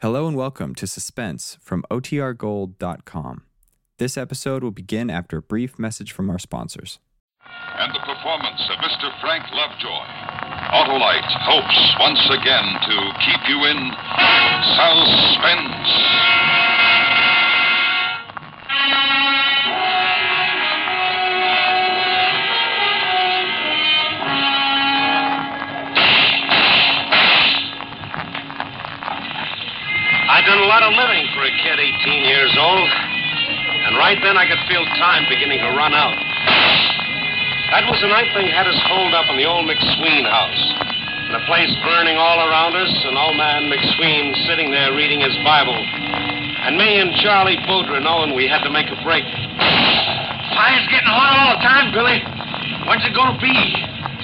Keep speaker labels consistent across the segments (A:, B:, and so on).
A: Hello and welcome to Suspense from OTRGold.com. This episode will begin after a brief message from our sponsors.
B: and the performance of Mr. Frank Lovejoy. Autolite hopes once again to keep you in suspense.
C: I done a lot of living for a kid 18 years old. And right then I could feel time beginning to run out. That was the night they had us holed up in the old McSween house. And the place burning all around us, and old man McSween sitting there reading his Bible. And me and Charlie Boudre knowing we had to make a break. Fire's getting hot all the time, Billy. When's it gonna be?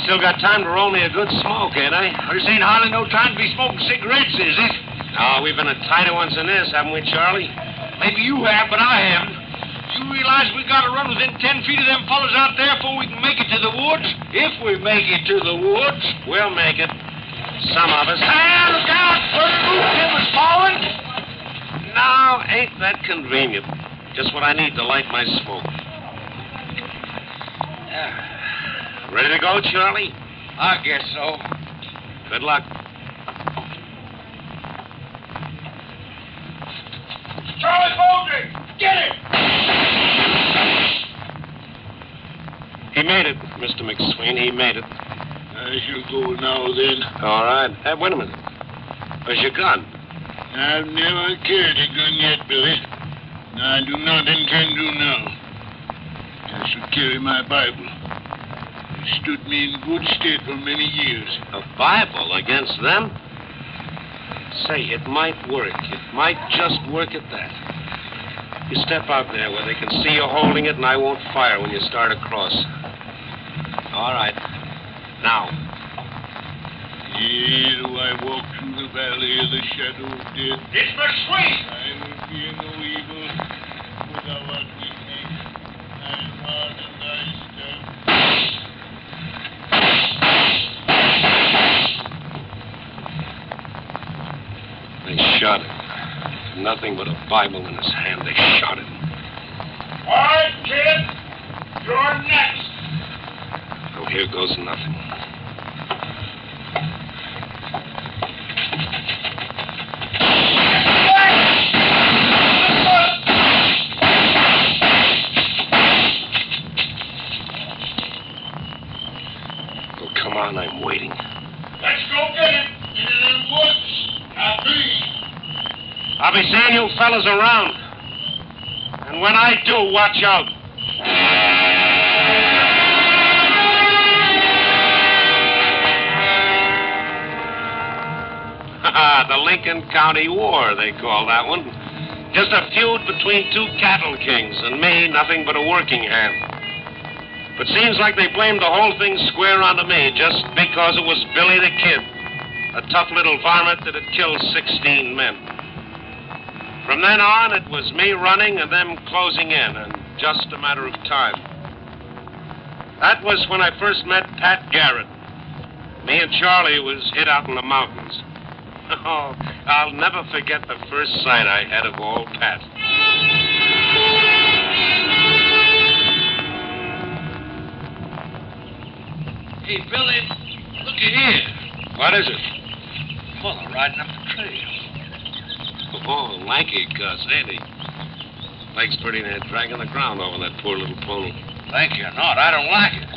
C: Still got time for only a good smoke, ain't I? This ain't hardly no time to be smoking cigarettes, is it? No, we've been a tighter ones than this, haven't we, Charlie? Maybe you have, but I haven't. You realize we gotta run within ten feet of them fellas out there before we can make it to the woods? If we make it to the woods. We'll make it. Some of us. Ah, look out! First boot him was falling. Now, ain't that convenient? Just what I need to light my smoke. Ah. Ready to go, Charlie? I guess so. Good luck.
D: Charlie Bolger, get it!
C: He made it, Mr. McSween. He made it.
D: As you go now, then.
C: All right. Hey, wait a minute. Where's your gun?
D: I've never carried a gun yet, Billy. And I do not intend to now. I shall carry my Bible. It stood me in good stead for many years.
C: A Bible against them? Say, it might work. It might just work at that. You step out there where they can see you holding it, and I won't fire when you start across. All right. Now,
D: Yea, though I walk through the valley of the shadow of death,
C: it's McSween.
D: I will fear no evil, for thou art with me. Thy rod and thy staff.
C: They shot him. Nothing but a Bible in his hand. They shot him.
D: All right, kid. You're next.
C: Oh, here goes nothing. Oh, come on, I'm waiting.
D: Let's go get him. Into them woods. Now, please.
C: I'll be seeing you fellas around. And when I do, watch out. the Lincoln County War, they call that one. Just a feud between two cattle kings, and me, nothing but a working hand. But seems like they blamed the whole thing square onto me just because it was Billy the Kid, a tough little varmint that had killed 16 men. From then on, it was me running and them closing in, and just a matter of time. That was when I first met Pat Garrett. Me and Charlie was hid out in the mountains. Oh, I'll never forget the first sight I had of old Pat.
E: Hey, Billy, look at here.
C: What is it?
E: Fuller riding up the trail.
C: Oh, lanky cuss, ain't he? Legs pretty near dragging the ground over that poor little pony.
E: Thank you, not. I don't like it.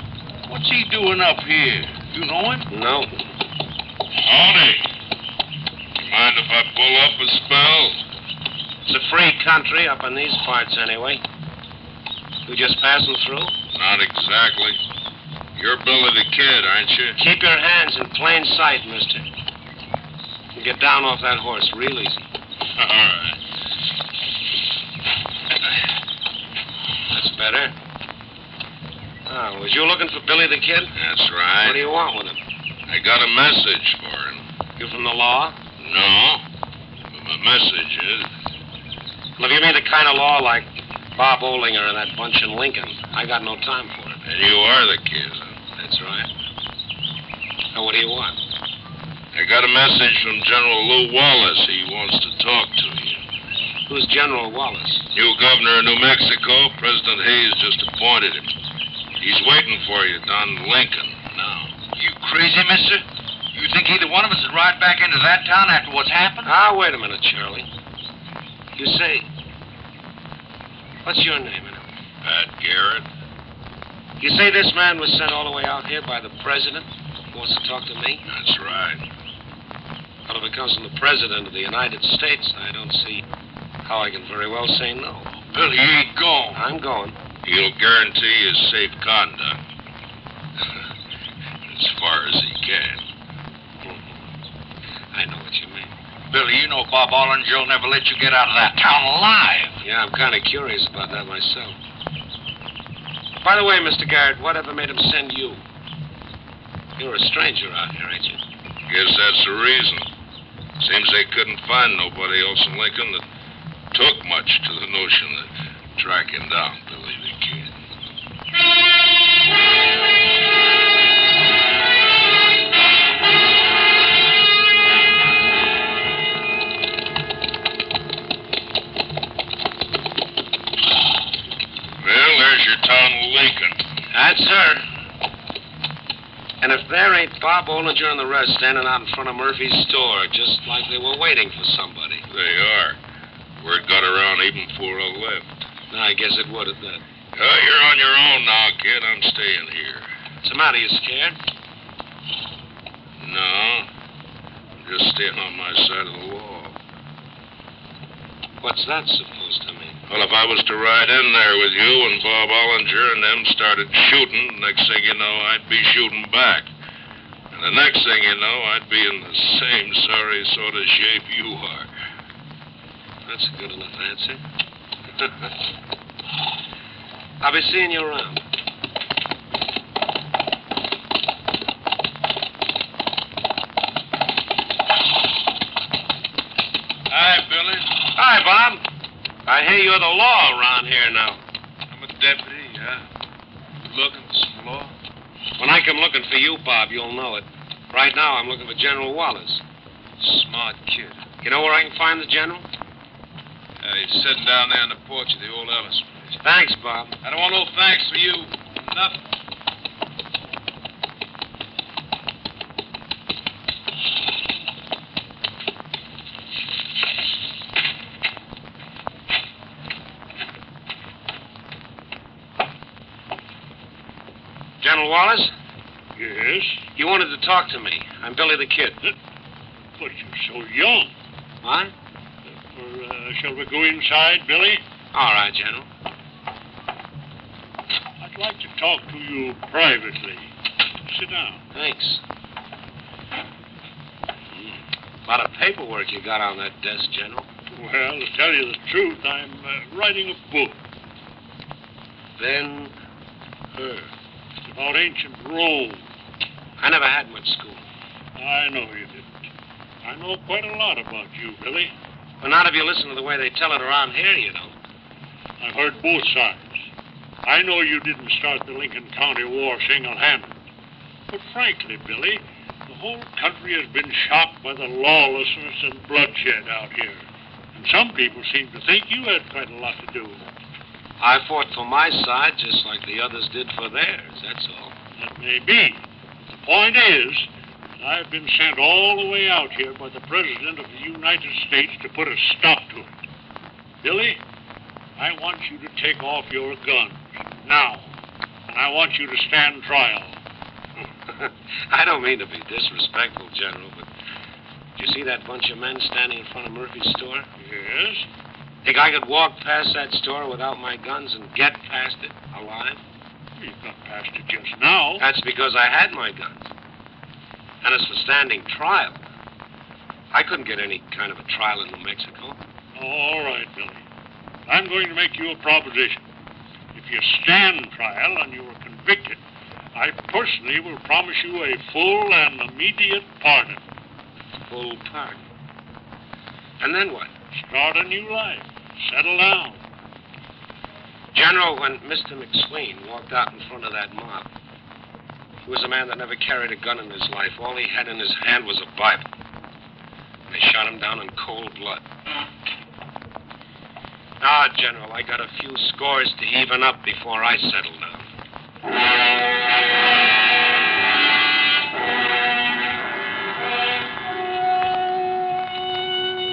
E: What's he doing up here? You know him?
C: No.
D: Howdy. You mind if I pull up a spell?
C: It's a free country up in these parts, anyway. You just passing through?
D: Not exactly. You're Billy the Kid, aren't you?
C: Keep your hands in plain sight, mister. And Get down off that horse real easy.
D: All right.
C: That's better.
E: Ah,
C: Oh, was you looking for Billy the Kid?
D: That's
C: What do
D: right.
C: you want with him?
D: I got a message for him.
C: You from the law?
D: No. But my message is
C: Well, if you mean the kind of law like Bob Olinger and that bunch in Lincoln, I got no time for it.
D: that you are the kid.
C: That's right. Now, what do you want?
D: I got a message from General Lew Wallace. He wants to talk
C: Who's General Wallace?
B: New governor of New Mexico, President Hayes just appointed him. He's waiting for you down in Lincoln now.
E: You crazy, mister? You think either one of us would ride back into that town after what's happened?
C: Ah, wait a minute, Charlie. You say. What's your name, anyway?
B: Pat Garrett?
C: You say this man was sent all the way out here by the president? Who wants to talk to me?
B: That's right.
C: Well, if it comes from the president of the United States, I don't see how I can very well say no.
B: Bill, he ain't gone.
C: I'm going.
B: He'll guarantee his safe conduct. as far as he can.
C: I know what you mean.
E: Billy, you know Bob Ollinger'll never let you get out of that town alive.
C: Yeah, I'm kind of curious about that myself. By the way, Mr. Garrett, whatever made him send you? You're a stranger out here, ain't you?
B: Guess that's the reason. Seems they couldn't find nobody else in Lincoln that took much to the notion of tracking down Billy the Kid. Well, there's your town of Lincoln.
C: That's her. And if there ain't Bob Olinger and the rest standing out in front of Murphy's store, just like they were waiting for somebody.
B: They are. Word got around even before I left.
C: Now, I guess it would at that.
B: Uh, you're on your own now, kid. I'm staying here.
C: What's the matter? You scared?
B: No. I'm just staying on my side of the law.
C: What's that supposed to mean?
B: Well, if I was to ride in there with you and Bob Ollinger and them started shooting, next thing you know, I'd be shooting back. And the next thing you know, I'd be in the same sorry sort of shape you are.
C: That's a good enough answer. I'll be seeing you around.
B: Hi, Billy.
C: Hi, Bob. I hear you're the law around here now.
B: I'm a deputy, yeah. Looking for some law?
C: When I come looking for you, Bob, you'll know it. Right now, I'm looking for General Wallace.
B: Smart kid.
C: You know where I can find the general?
B: Uh, he's sitting down there on the porch of the old Ellis place.
C: Thanks, Bob.
B: I don't want no thanks for you. Nothing.
C: General Wallace,
F: Yes?
C: you wanted to talk to me. I'm Billy the Kid.
F: But you're so young.
C: What?
F: Well, uh, shall we go inside, Billy?
C: All right, General.
F: I'd like to talk to you privately. Sit down.
C: Thanks. A Hmm. lot of paperwork you got on that desk, General.
F: Well, to tell you the truth, I'm uh, writing a book.
C: Then,
F: Her. It's about ancient Rome.
C: I never had much school.
F: I know you didn't. I know quite a lot about you, Billy.
C: But not if you listen to the way they tell it around here, you know.
F: I've heard both sides. I know you didn't start the Lincoln County War single-handed. But frankly, Billy, the whole country has been shocked by the lawlessness and bloodshed out here. And some people seem to think you had quite a lot to do with it.
C: I fought for my side just like the others did for theirs, that's all.
F: That may be. The point is that I've been sent all the way out here by the President of the United States to put a stop to it. Billy, I want you to take off your guns now. And I want you to stand trial.
C: I don't mean to be disrespectful, General, but do you see that bunch of men standing in front of Murphy's store?
F: Yes?
C: Think I could walk past that store without my guns and get past it alive?
F: You got past it just now.
C: That's because I had my guns. And as for standing trial, I couldn't get any kind of a trial in New Mexico.
F: All right, Billy. I'm going to make you a proposition. If you stand trial and you are convicted, I personally will promise you a full and immediate pardon.
C: Full pardon. And then what?
F: Start a new life. Settle down.
C: General, when Mr. McSween walked out in front of that mob, he was a man that never carried a gun in his life. All he had in his hand was a Bible. They shot him down in cold blood. Ah, General, I got a few scores to even up before I settle down.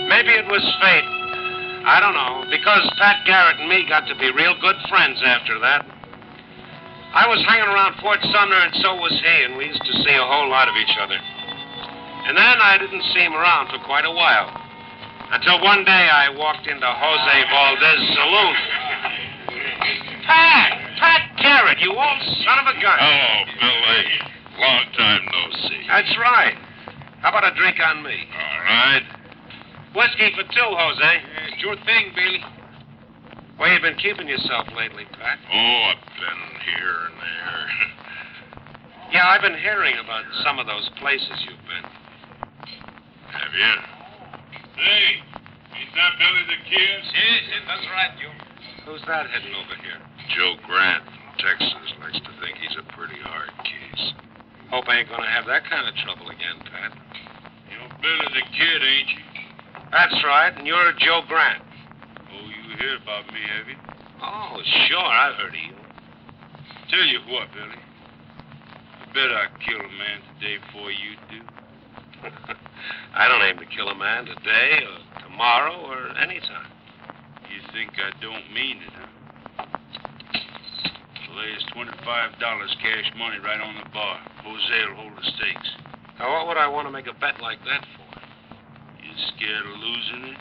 C: Maybe it was fate. I don't know, because Pat Garrett and me got to be real good friends after that. I was hanging around Fort Sumner, and so was he, and we used to see a whole lot of each other. And then I didn't see him around for quite a while. Until one day I walked into Jose Valdez's saloon. Pat! Pat Garrett, you old son of a gun.
B: Oh, Billy. Long time no see.
C: That's right. How about a drink on me?
B: All right.
C: Whiskey for two, Jose.
E: Sure thing, Bailey.
C: Where you been keeping yourself lately, Pat?
B: Oh, I've been here and there.
C: Yeah, I've been hearing about some of those places you've been.
B: Have you? Hey, is that Billy the Kid?
E: Yes, that's right, you.
C: Who's that heading over here?
B: Joe Grant from Texas likes to think he's a pretty hard case.
C: Hope I ain't gonna have that kind of trouble again, Pat.
B: You're Billy the Kid, ain't you?
C: That's right, and you're Joe Grant.
B: Oh, you hear about me, have you?
C: Oh, sure, I heard of you.
B: Tell you what, Billy. I bet I kill a man today before you do.
C: I don't aim to kill a man today or tomorrow or any time.
B: You think I don't mean it, huh? Lays twenty-five dollars cash money right on the bar. Jose'll hold the stakes.
C: Now, what would I want to make a bet like that for?
B: You scared of losing it?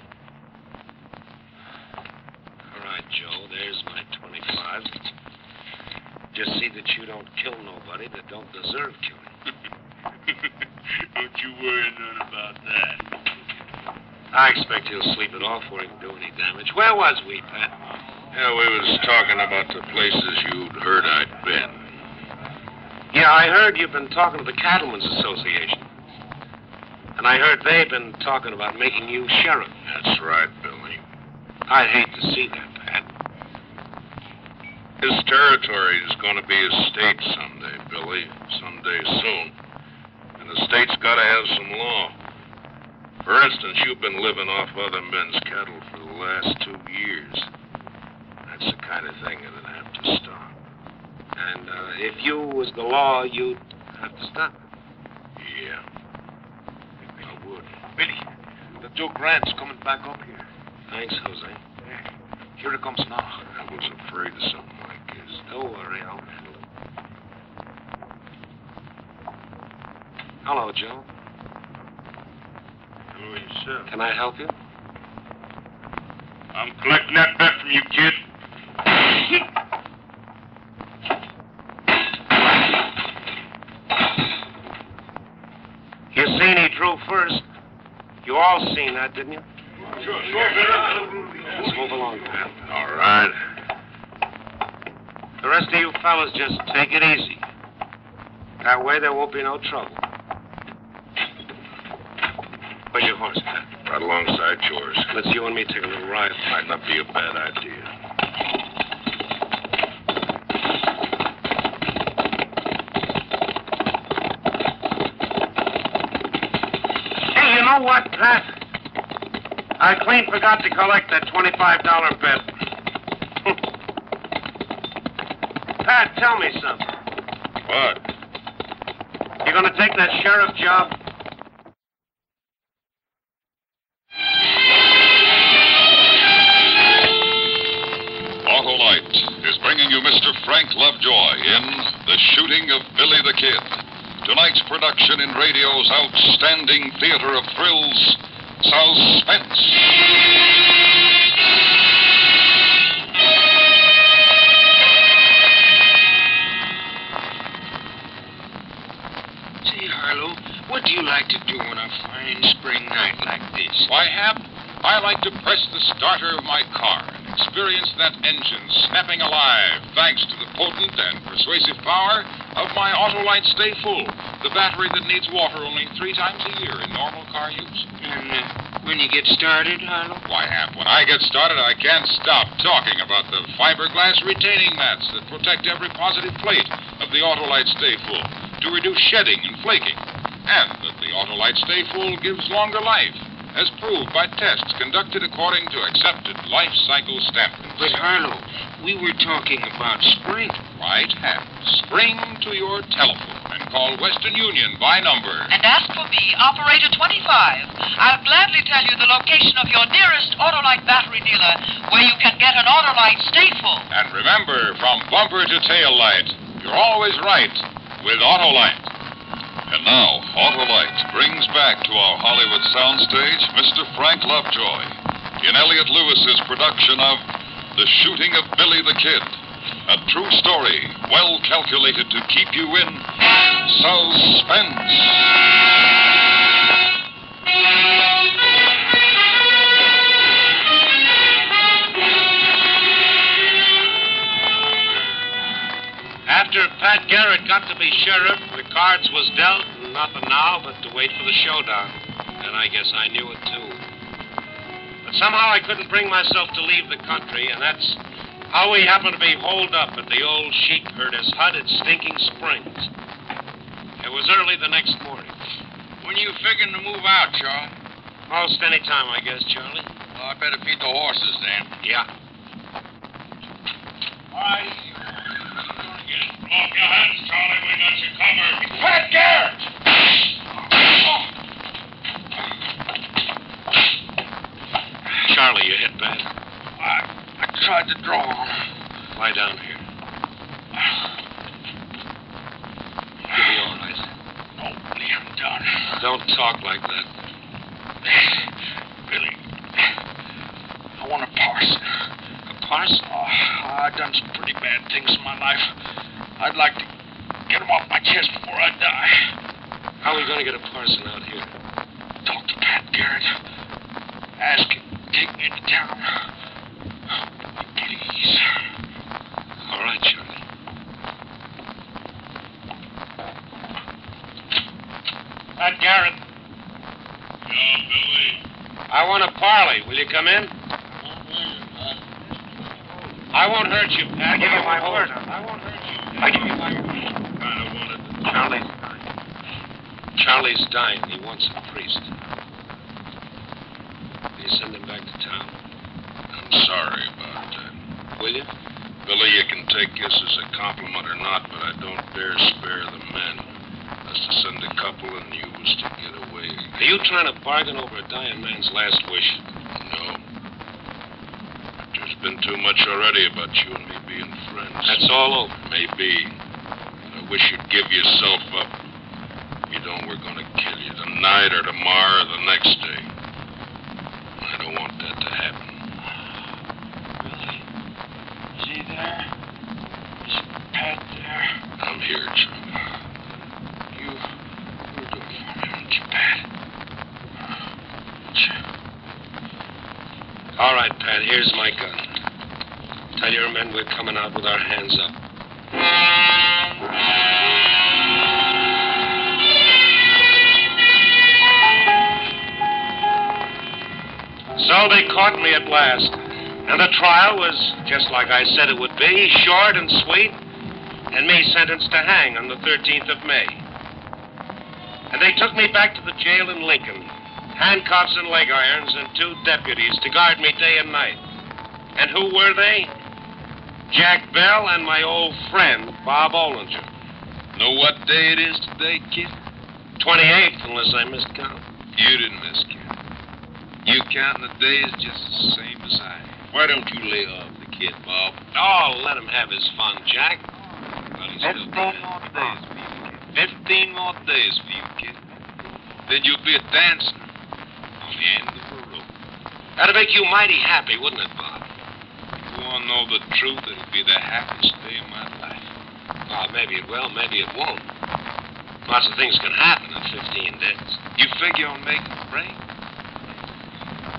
C: All right, Joe, there's my 25. Just see that you don't kill nobody that don't deserve killing.
B: don't you worry none about that.
C: I expect he'll sleep it off before he can do any damage. Where was we, Pat?
B: Yeah, we was talking about the places you'd heard I'd been.
C: Yeah, I heard you've been talking to the Cattlemen's Association. And I heard they've been talking about making you sheriff.
B: That's right, Billy.
C: I'd hate to see that, Pat.
B: His territory is going to be a state someday, Billy. Someday soon. And the state's got to have some law. For instance, you've been living off other men's cattle for the last two years. That's the kind of thing that'd have to stop.
C: And uh, if you was the law, you'd have to stop.
B: Yeah. I would.
E: Billy, the Joe Grant's coming back up here.
C: Thanks, Jose.
E: Here he comes now.
B: I was afraid of something like this.
C: Don't worry, I'll handle it. Hello, Joe.
B: Hello yourself.
C: Can I help you?
B: I'm collecting that bet from you, kid.
C: You seen he drew first. You all seen that, didn't you?
B: Sure, sure,
C: Let's move along, Pat.
B: All right.
C: The rest of you fellas just take it easy. That way there won't be no trouble. Where's your horse, Pat?
B: Right alongside yours.
C: Let's you and me take a little ride.
B: Might not be a bad idea.
C: Hey, you know what, Pat? I clean forgot to collect that $25 bet. Pat, tell me something.
B: What?
C: You gonna take that sheriff job?
D: Autolite is bringing you Mr. Frank Lovejoy in The Shooting of Billy the Kid. Tonight's production in radio's outstanding theater of thrills, Suspense.
E: Say, Harlow, what do you like to do on a fine spring night like this?
D: Why, Hap, I like to press the starter of my car and experience that engine snapping alive thanks to the potent and persuasive power of my Autolite Stay Full, the battery that needs water only three times a year in normal car use.
E: And uh, when you get started, Harlow?
D: Why, Hap, when I get started, I can't stop talking about the fiberglass retaining mats that protect every positive plate of the Autolite Stay Full to reduce shedding and flaking, and that the Autolite Stay Full gives longer life as proved by tests conducted according to accepted life cycle standards.
G: But Harlow, we were talking about spring.
D: Right hand. Spring to your telephone and call Western Union by number.
H: And ask for me, Operator 25. I'll gladly tell you the location of your nearest Autolite battery dealer where you can get an Autolite Stayful.
D: And remember, from bumper to tail light, you're always right with Autolite. And now, Autolite brings back to our Hollywood soundstage Mr. Frank Lovejoy in Elliot Lewis's production of The Shooting of Billy the Kid. A true story, well calculated to keep you in suspense.
C: After Pat Garrett got to be sheriff, the cards was dealt, and nothing now but to wait for the showdown. And I guess I knew it too. But somehow I couldn't bring myself to leave the country, and that's how we happened to be holed up at the old sheep herder's hut at Stinking Springs. It was early the next morning.
F: When you figuring to move out, Charlie?
C: Most any time, I guess, Charlie.
F: Well, I better feed the horses then.
C: Yeah.
I: All right. Off your hands, Charlie. We got you covered.
F: Pat Garrett!
C: Charlie, you hit bad.
F: I, I tried to draw on.
C: Lie down here. You'll be all right.
F: Hopefully I'm done.
C: Don't talk like that.
F: Billy, I want a parson. A parson? Oh, I've done some pretty bad things in my life. I'd like to get them off my chest before I die.
C: How are we going to get a parson out here?
F: Talk to Pat Garrett. Ask him to take me to town. Please.
C: All right, Charlie. Pat Garrett,
I: Yo, Billy.
C: I want to parley. Will you come in? I won't hurt you, Pat. I give you my word. I won't hurt you. I give you my word.
I: Kind of wanted to
C: Charlie's dying. Charlie's dying. He wants a priest. Will you send him back to town?
I: I'm sorry about that.
C: Will you?
I: Billy, you can take this as a compliment or not, but I don't dare spare the men. That's to send a couple and you was to get away.
C: Are you trying to bargain over a dying man's last wish?
I: No. But there's been too much already about you and me being friends.
C: That's all over.
I: Maybe. I wish you'd give yourself up. If you don't, we're going to kill you tonight or tomorrow or the next day. I don't want that to happen.
F: Billy, is he there? Is Pat there?
I: I'm here, Charlie.
F: You, you were good for me, weren't you, Pat?
C: All right, Pat, here's my gun. Tell your men we're coming out with our hands up. So they caught me at last. And the trial was, just like I said it would be, short and sweet, and me sentenced to hang on the 13th of May. And they took me back to the jail in Lincoln, handcuffs and leg irons, and two deputies to guard me day and night. And who were they? Jack Bell and my old friend, Bob Olinger.
D: Know what day it is today, kid?
C: 28th, unless I missed count.
D: You didn't miss, kid. You counting the days just the same as I. am. Why don't you lay off the kid, Bob?
C: Oh, let him have his fun, Jack.
D: Well, he's still got more days for you, kid. Fifteen more days for you, kid. Then you'll be a dancer on the end of the rope.
C: That'd make you mighty happy, wouldn't it, Bob?
D: You want to know the truth? It'll be the happiest day of my life. Ah,
C: Oh, maybe it will, maybe it won't. Lots of things can happen in 15 days.
D: You figure on making the break?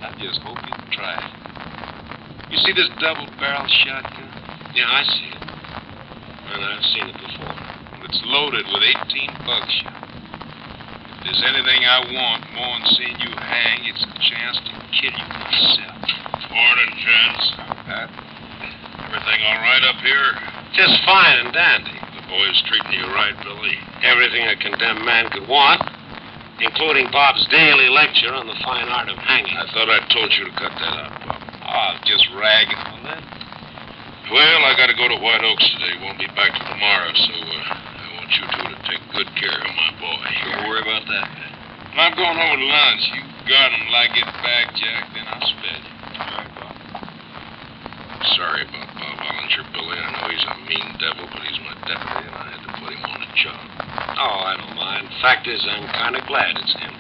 D: I just hope you try it. You see this double barrel shotgun?
C: Yeah, I see it. And I've seen it before.
D: It's loaded with 18 buckshot. If there's anything I want more than seeing you hang, it's a chance to kill you myself.
I: Morning, gents.
D: Pat,
I: Everything all right up here?
C: Just fine and dandy.
I: The boys treating you right, Billy?
C: Everything a condemned man could want. including Bob's daily lecture on the fine art of hanging.
B: I thought I told you to cut that out, Bob.
E: Oh, just ragging on that.
B: Well, I gotta go to White Oaks today. Won't be back till tomorrow, so uh, I want you two to take good care of my boy.
E: Don't worry about that.
B: I'm going over to lunch. You guard him till I get back, Jack. Then I'll spare you.
E: All right, Bob.
B: Sorry about Bob Ollinger, Billy. I know he's a mean devil, but he's my deputy, and I had to put him on the job.
C: Oh, I don't mind. Fact is, I'm kind of glad it's him.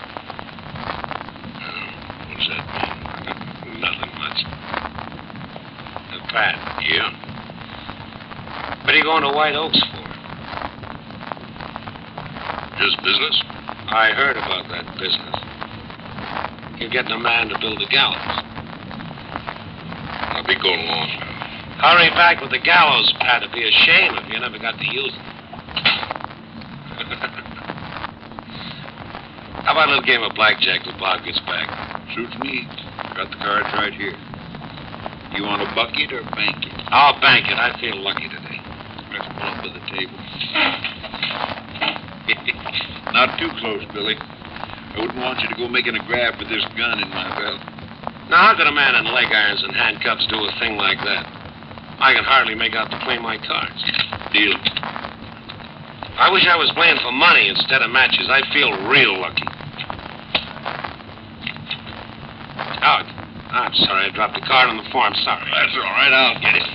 B: Uh, what does that mean?
C: Nothing much. Uh, Pat,
B: Yeah.
C: what are you going to White Oaks for?
B: Just business?
C: I heard about that business. You're getting a man to build the gallows.
B: I'll be going along now.
C: Hurry back with the gallows, Pat. It'd be a shame if you never got to use it. How about a little game of blackjack till Bob gets back?
E: Suits me. Got the cards right here. You want a bucket or bank it?
C: I'll bank it. I feel lucky today.
E: Let's bump to the table. Not too close, Billy. I wouldn't want you to go making a grab with this gun in my belt.
C: Now, how could a man in leg irons and handcuffs do a thing like that? I can hardly make out to play my cards.
E: Deal.
C: I wish I was playing for money instead of matches. I feel real lucky. Out. Oh, I'm sorry. I dropped the card on the floor. I'm sorry.
E: That's all right. I'll get it.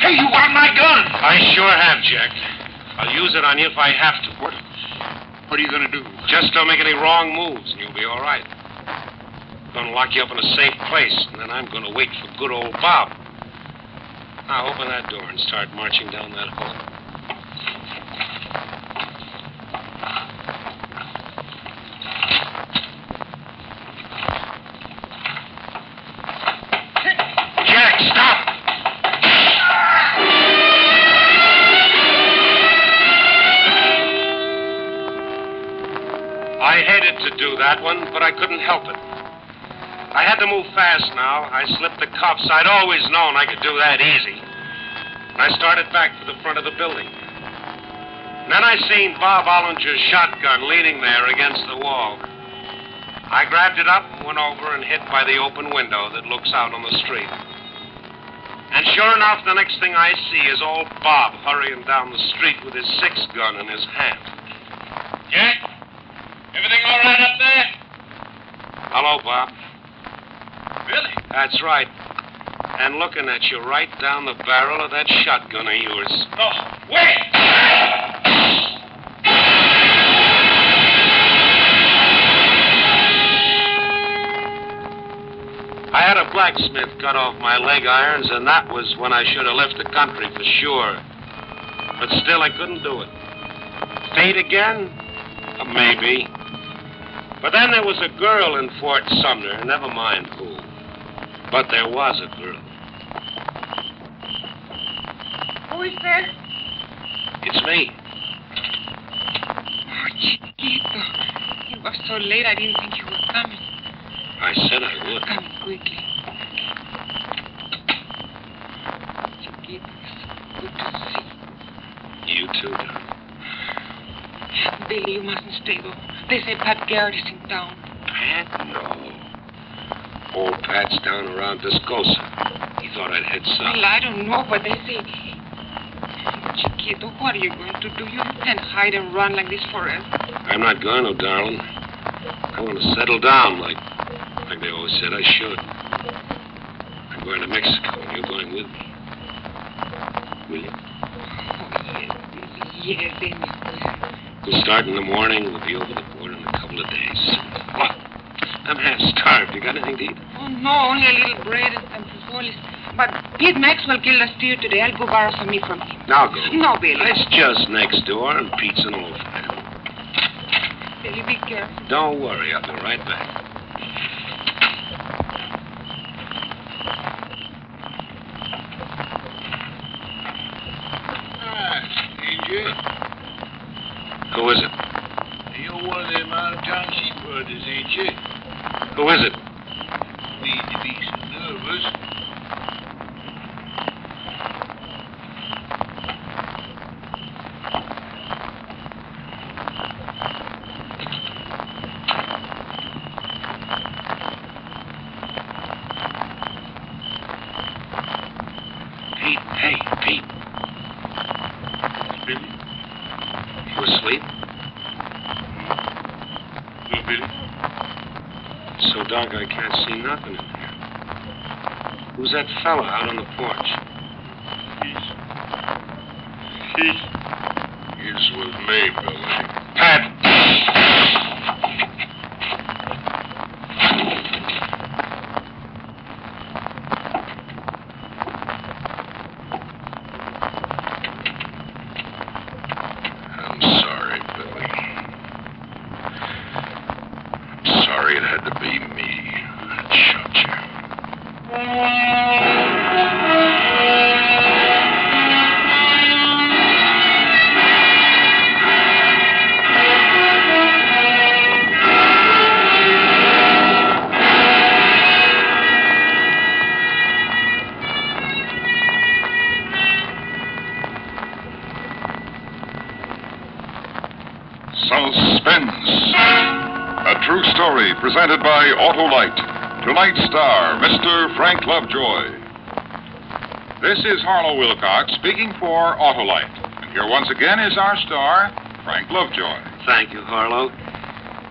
C: Hey, you want my gun? I sure have, Jack. I'll use it on you if I have to. What? What are you going to do? Just don't make any wrong moves, and you'll be all right. I'm going to lock you up in a safe place, and then I'm going to wait for good old Bob. Now open that door and start marching down that hall. Jack, stop! I hated to do that one, but I couldn't help it. I had to move fast now. I slipped the cuffs. I'd always known I could do that easy. And I started back for the front of the building. Then I seen Bob Ollinger's shotgun leaning there against the wall. I grabbed it up and went over and hid by the open window that looks out on the street. And sure enough, the next thing I see is old Bob hurrying down the street with his six gun in his hand.
E: Jack? Everything all right up there?
C: Hello, Bob.
E: Billy?
C: That's right. And looking at you right down the barrel of that shotgun of yours.
E: No. Where?
C: I had a blacksmith cut off my leg irons, and that was when I should have left the country for sure. But still, I couldn't do it. Fate again? Uh, Maybe. But then there was a girl in Fort Sumner, never mind who. But there was a girl.
H: Who is this?
C: It's me.
H: Oh, Chiquito. You were so late, I didn't think you were coming.
C: I said I would.
H: Come quickly. Chiquito, it's good to see
C: You too, Doc.
H: you. Billy, you mustn't stay long. They say Pat Garrett is in town.
C: Pat? No. Old Pat's down around Descosa. He thought I'd head south.
H: Well, I don't know, but they say... Chiquito, what are you going to do? You can't hide and run like this forever.
C: I'm not going to, darling. I want to settle down like like they always said I should. I'm going to Mexico, and you're going with me. Will you?
H: Oh, yes, Billy, yes, anywhere.
C: We'll start in the morning. We'll be over the border in a couple of days. What? I'm half starved. You got anything to eat?
H: Oh, no, only a little bread and and frijoles. But Pete Maxwell killed a steer today. I'll go borrow some meat from him.
C: Now go.
H: No, Billy.
C: It's just next door, and Pete's an old friend.
H: Billy, be careful.
C: Don't worry. I'll be right back.
F: Ah, ain't you?
C: Who is it?
F: You're one of them out-of-town sheep herders, ain't you?
C: Who is it?
F: Need to be so nervous.
C: like I can't see nothing in there. Who's that fella out on the porch?
J: He's, he's with me, Billy.
K: Pat!
J: I'm sorry, Billy. I'm sorry it had to be me that shot you.
L: Suspense. A true story presented by Autolite. Tonight's star, Mr. Frank Lovejoy.
D: This is Harlow Wilcox speaking for Autolite. And here once again is our star, Frank Lovejoy.
C: Thank you, Harlow.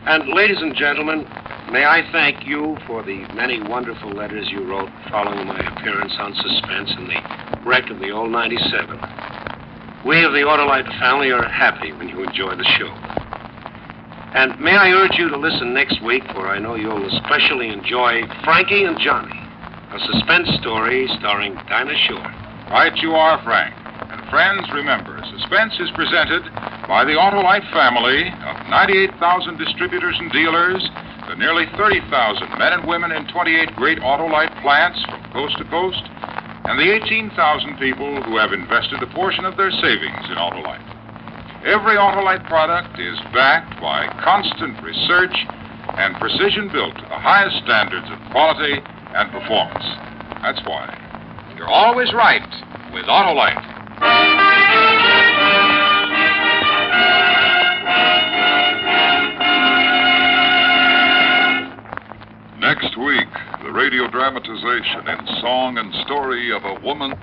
C: And ladies and gentlemen, may I thank you for the many wonderful letters you wrote following my appearance on Suspense in the wreck of the old 97. We of the Autolite family are happy when you enjoy the show. And may I urge you to listen next week, for I know you'll especially enjoy Frankie and Johnny, a suspense story starring Dinah Shore.
D: Right you are, Frank. And friends, remember, Suspense is presented by the Autolite family of 98,000 distributors and dealers, the nearly 30,000 men and women in 28 great Autolite plants from coast to coast, and the 18,000 people who have invested a portion of their savings in Autolite. Every Autolite product is backed by constant research and precision built to the highest standards of quality and performance. That's why you're always right with Autolite.
L: Next week, the radio dramatization in song and story of a woman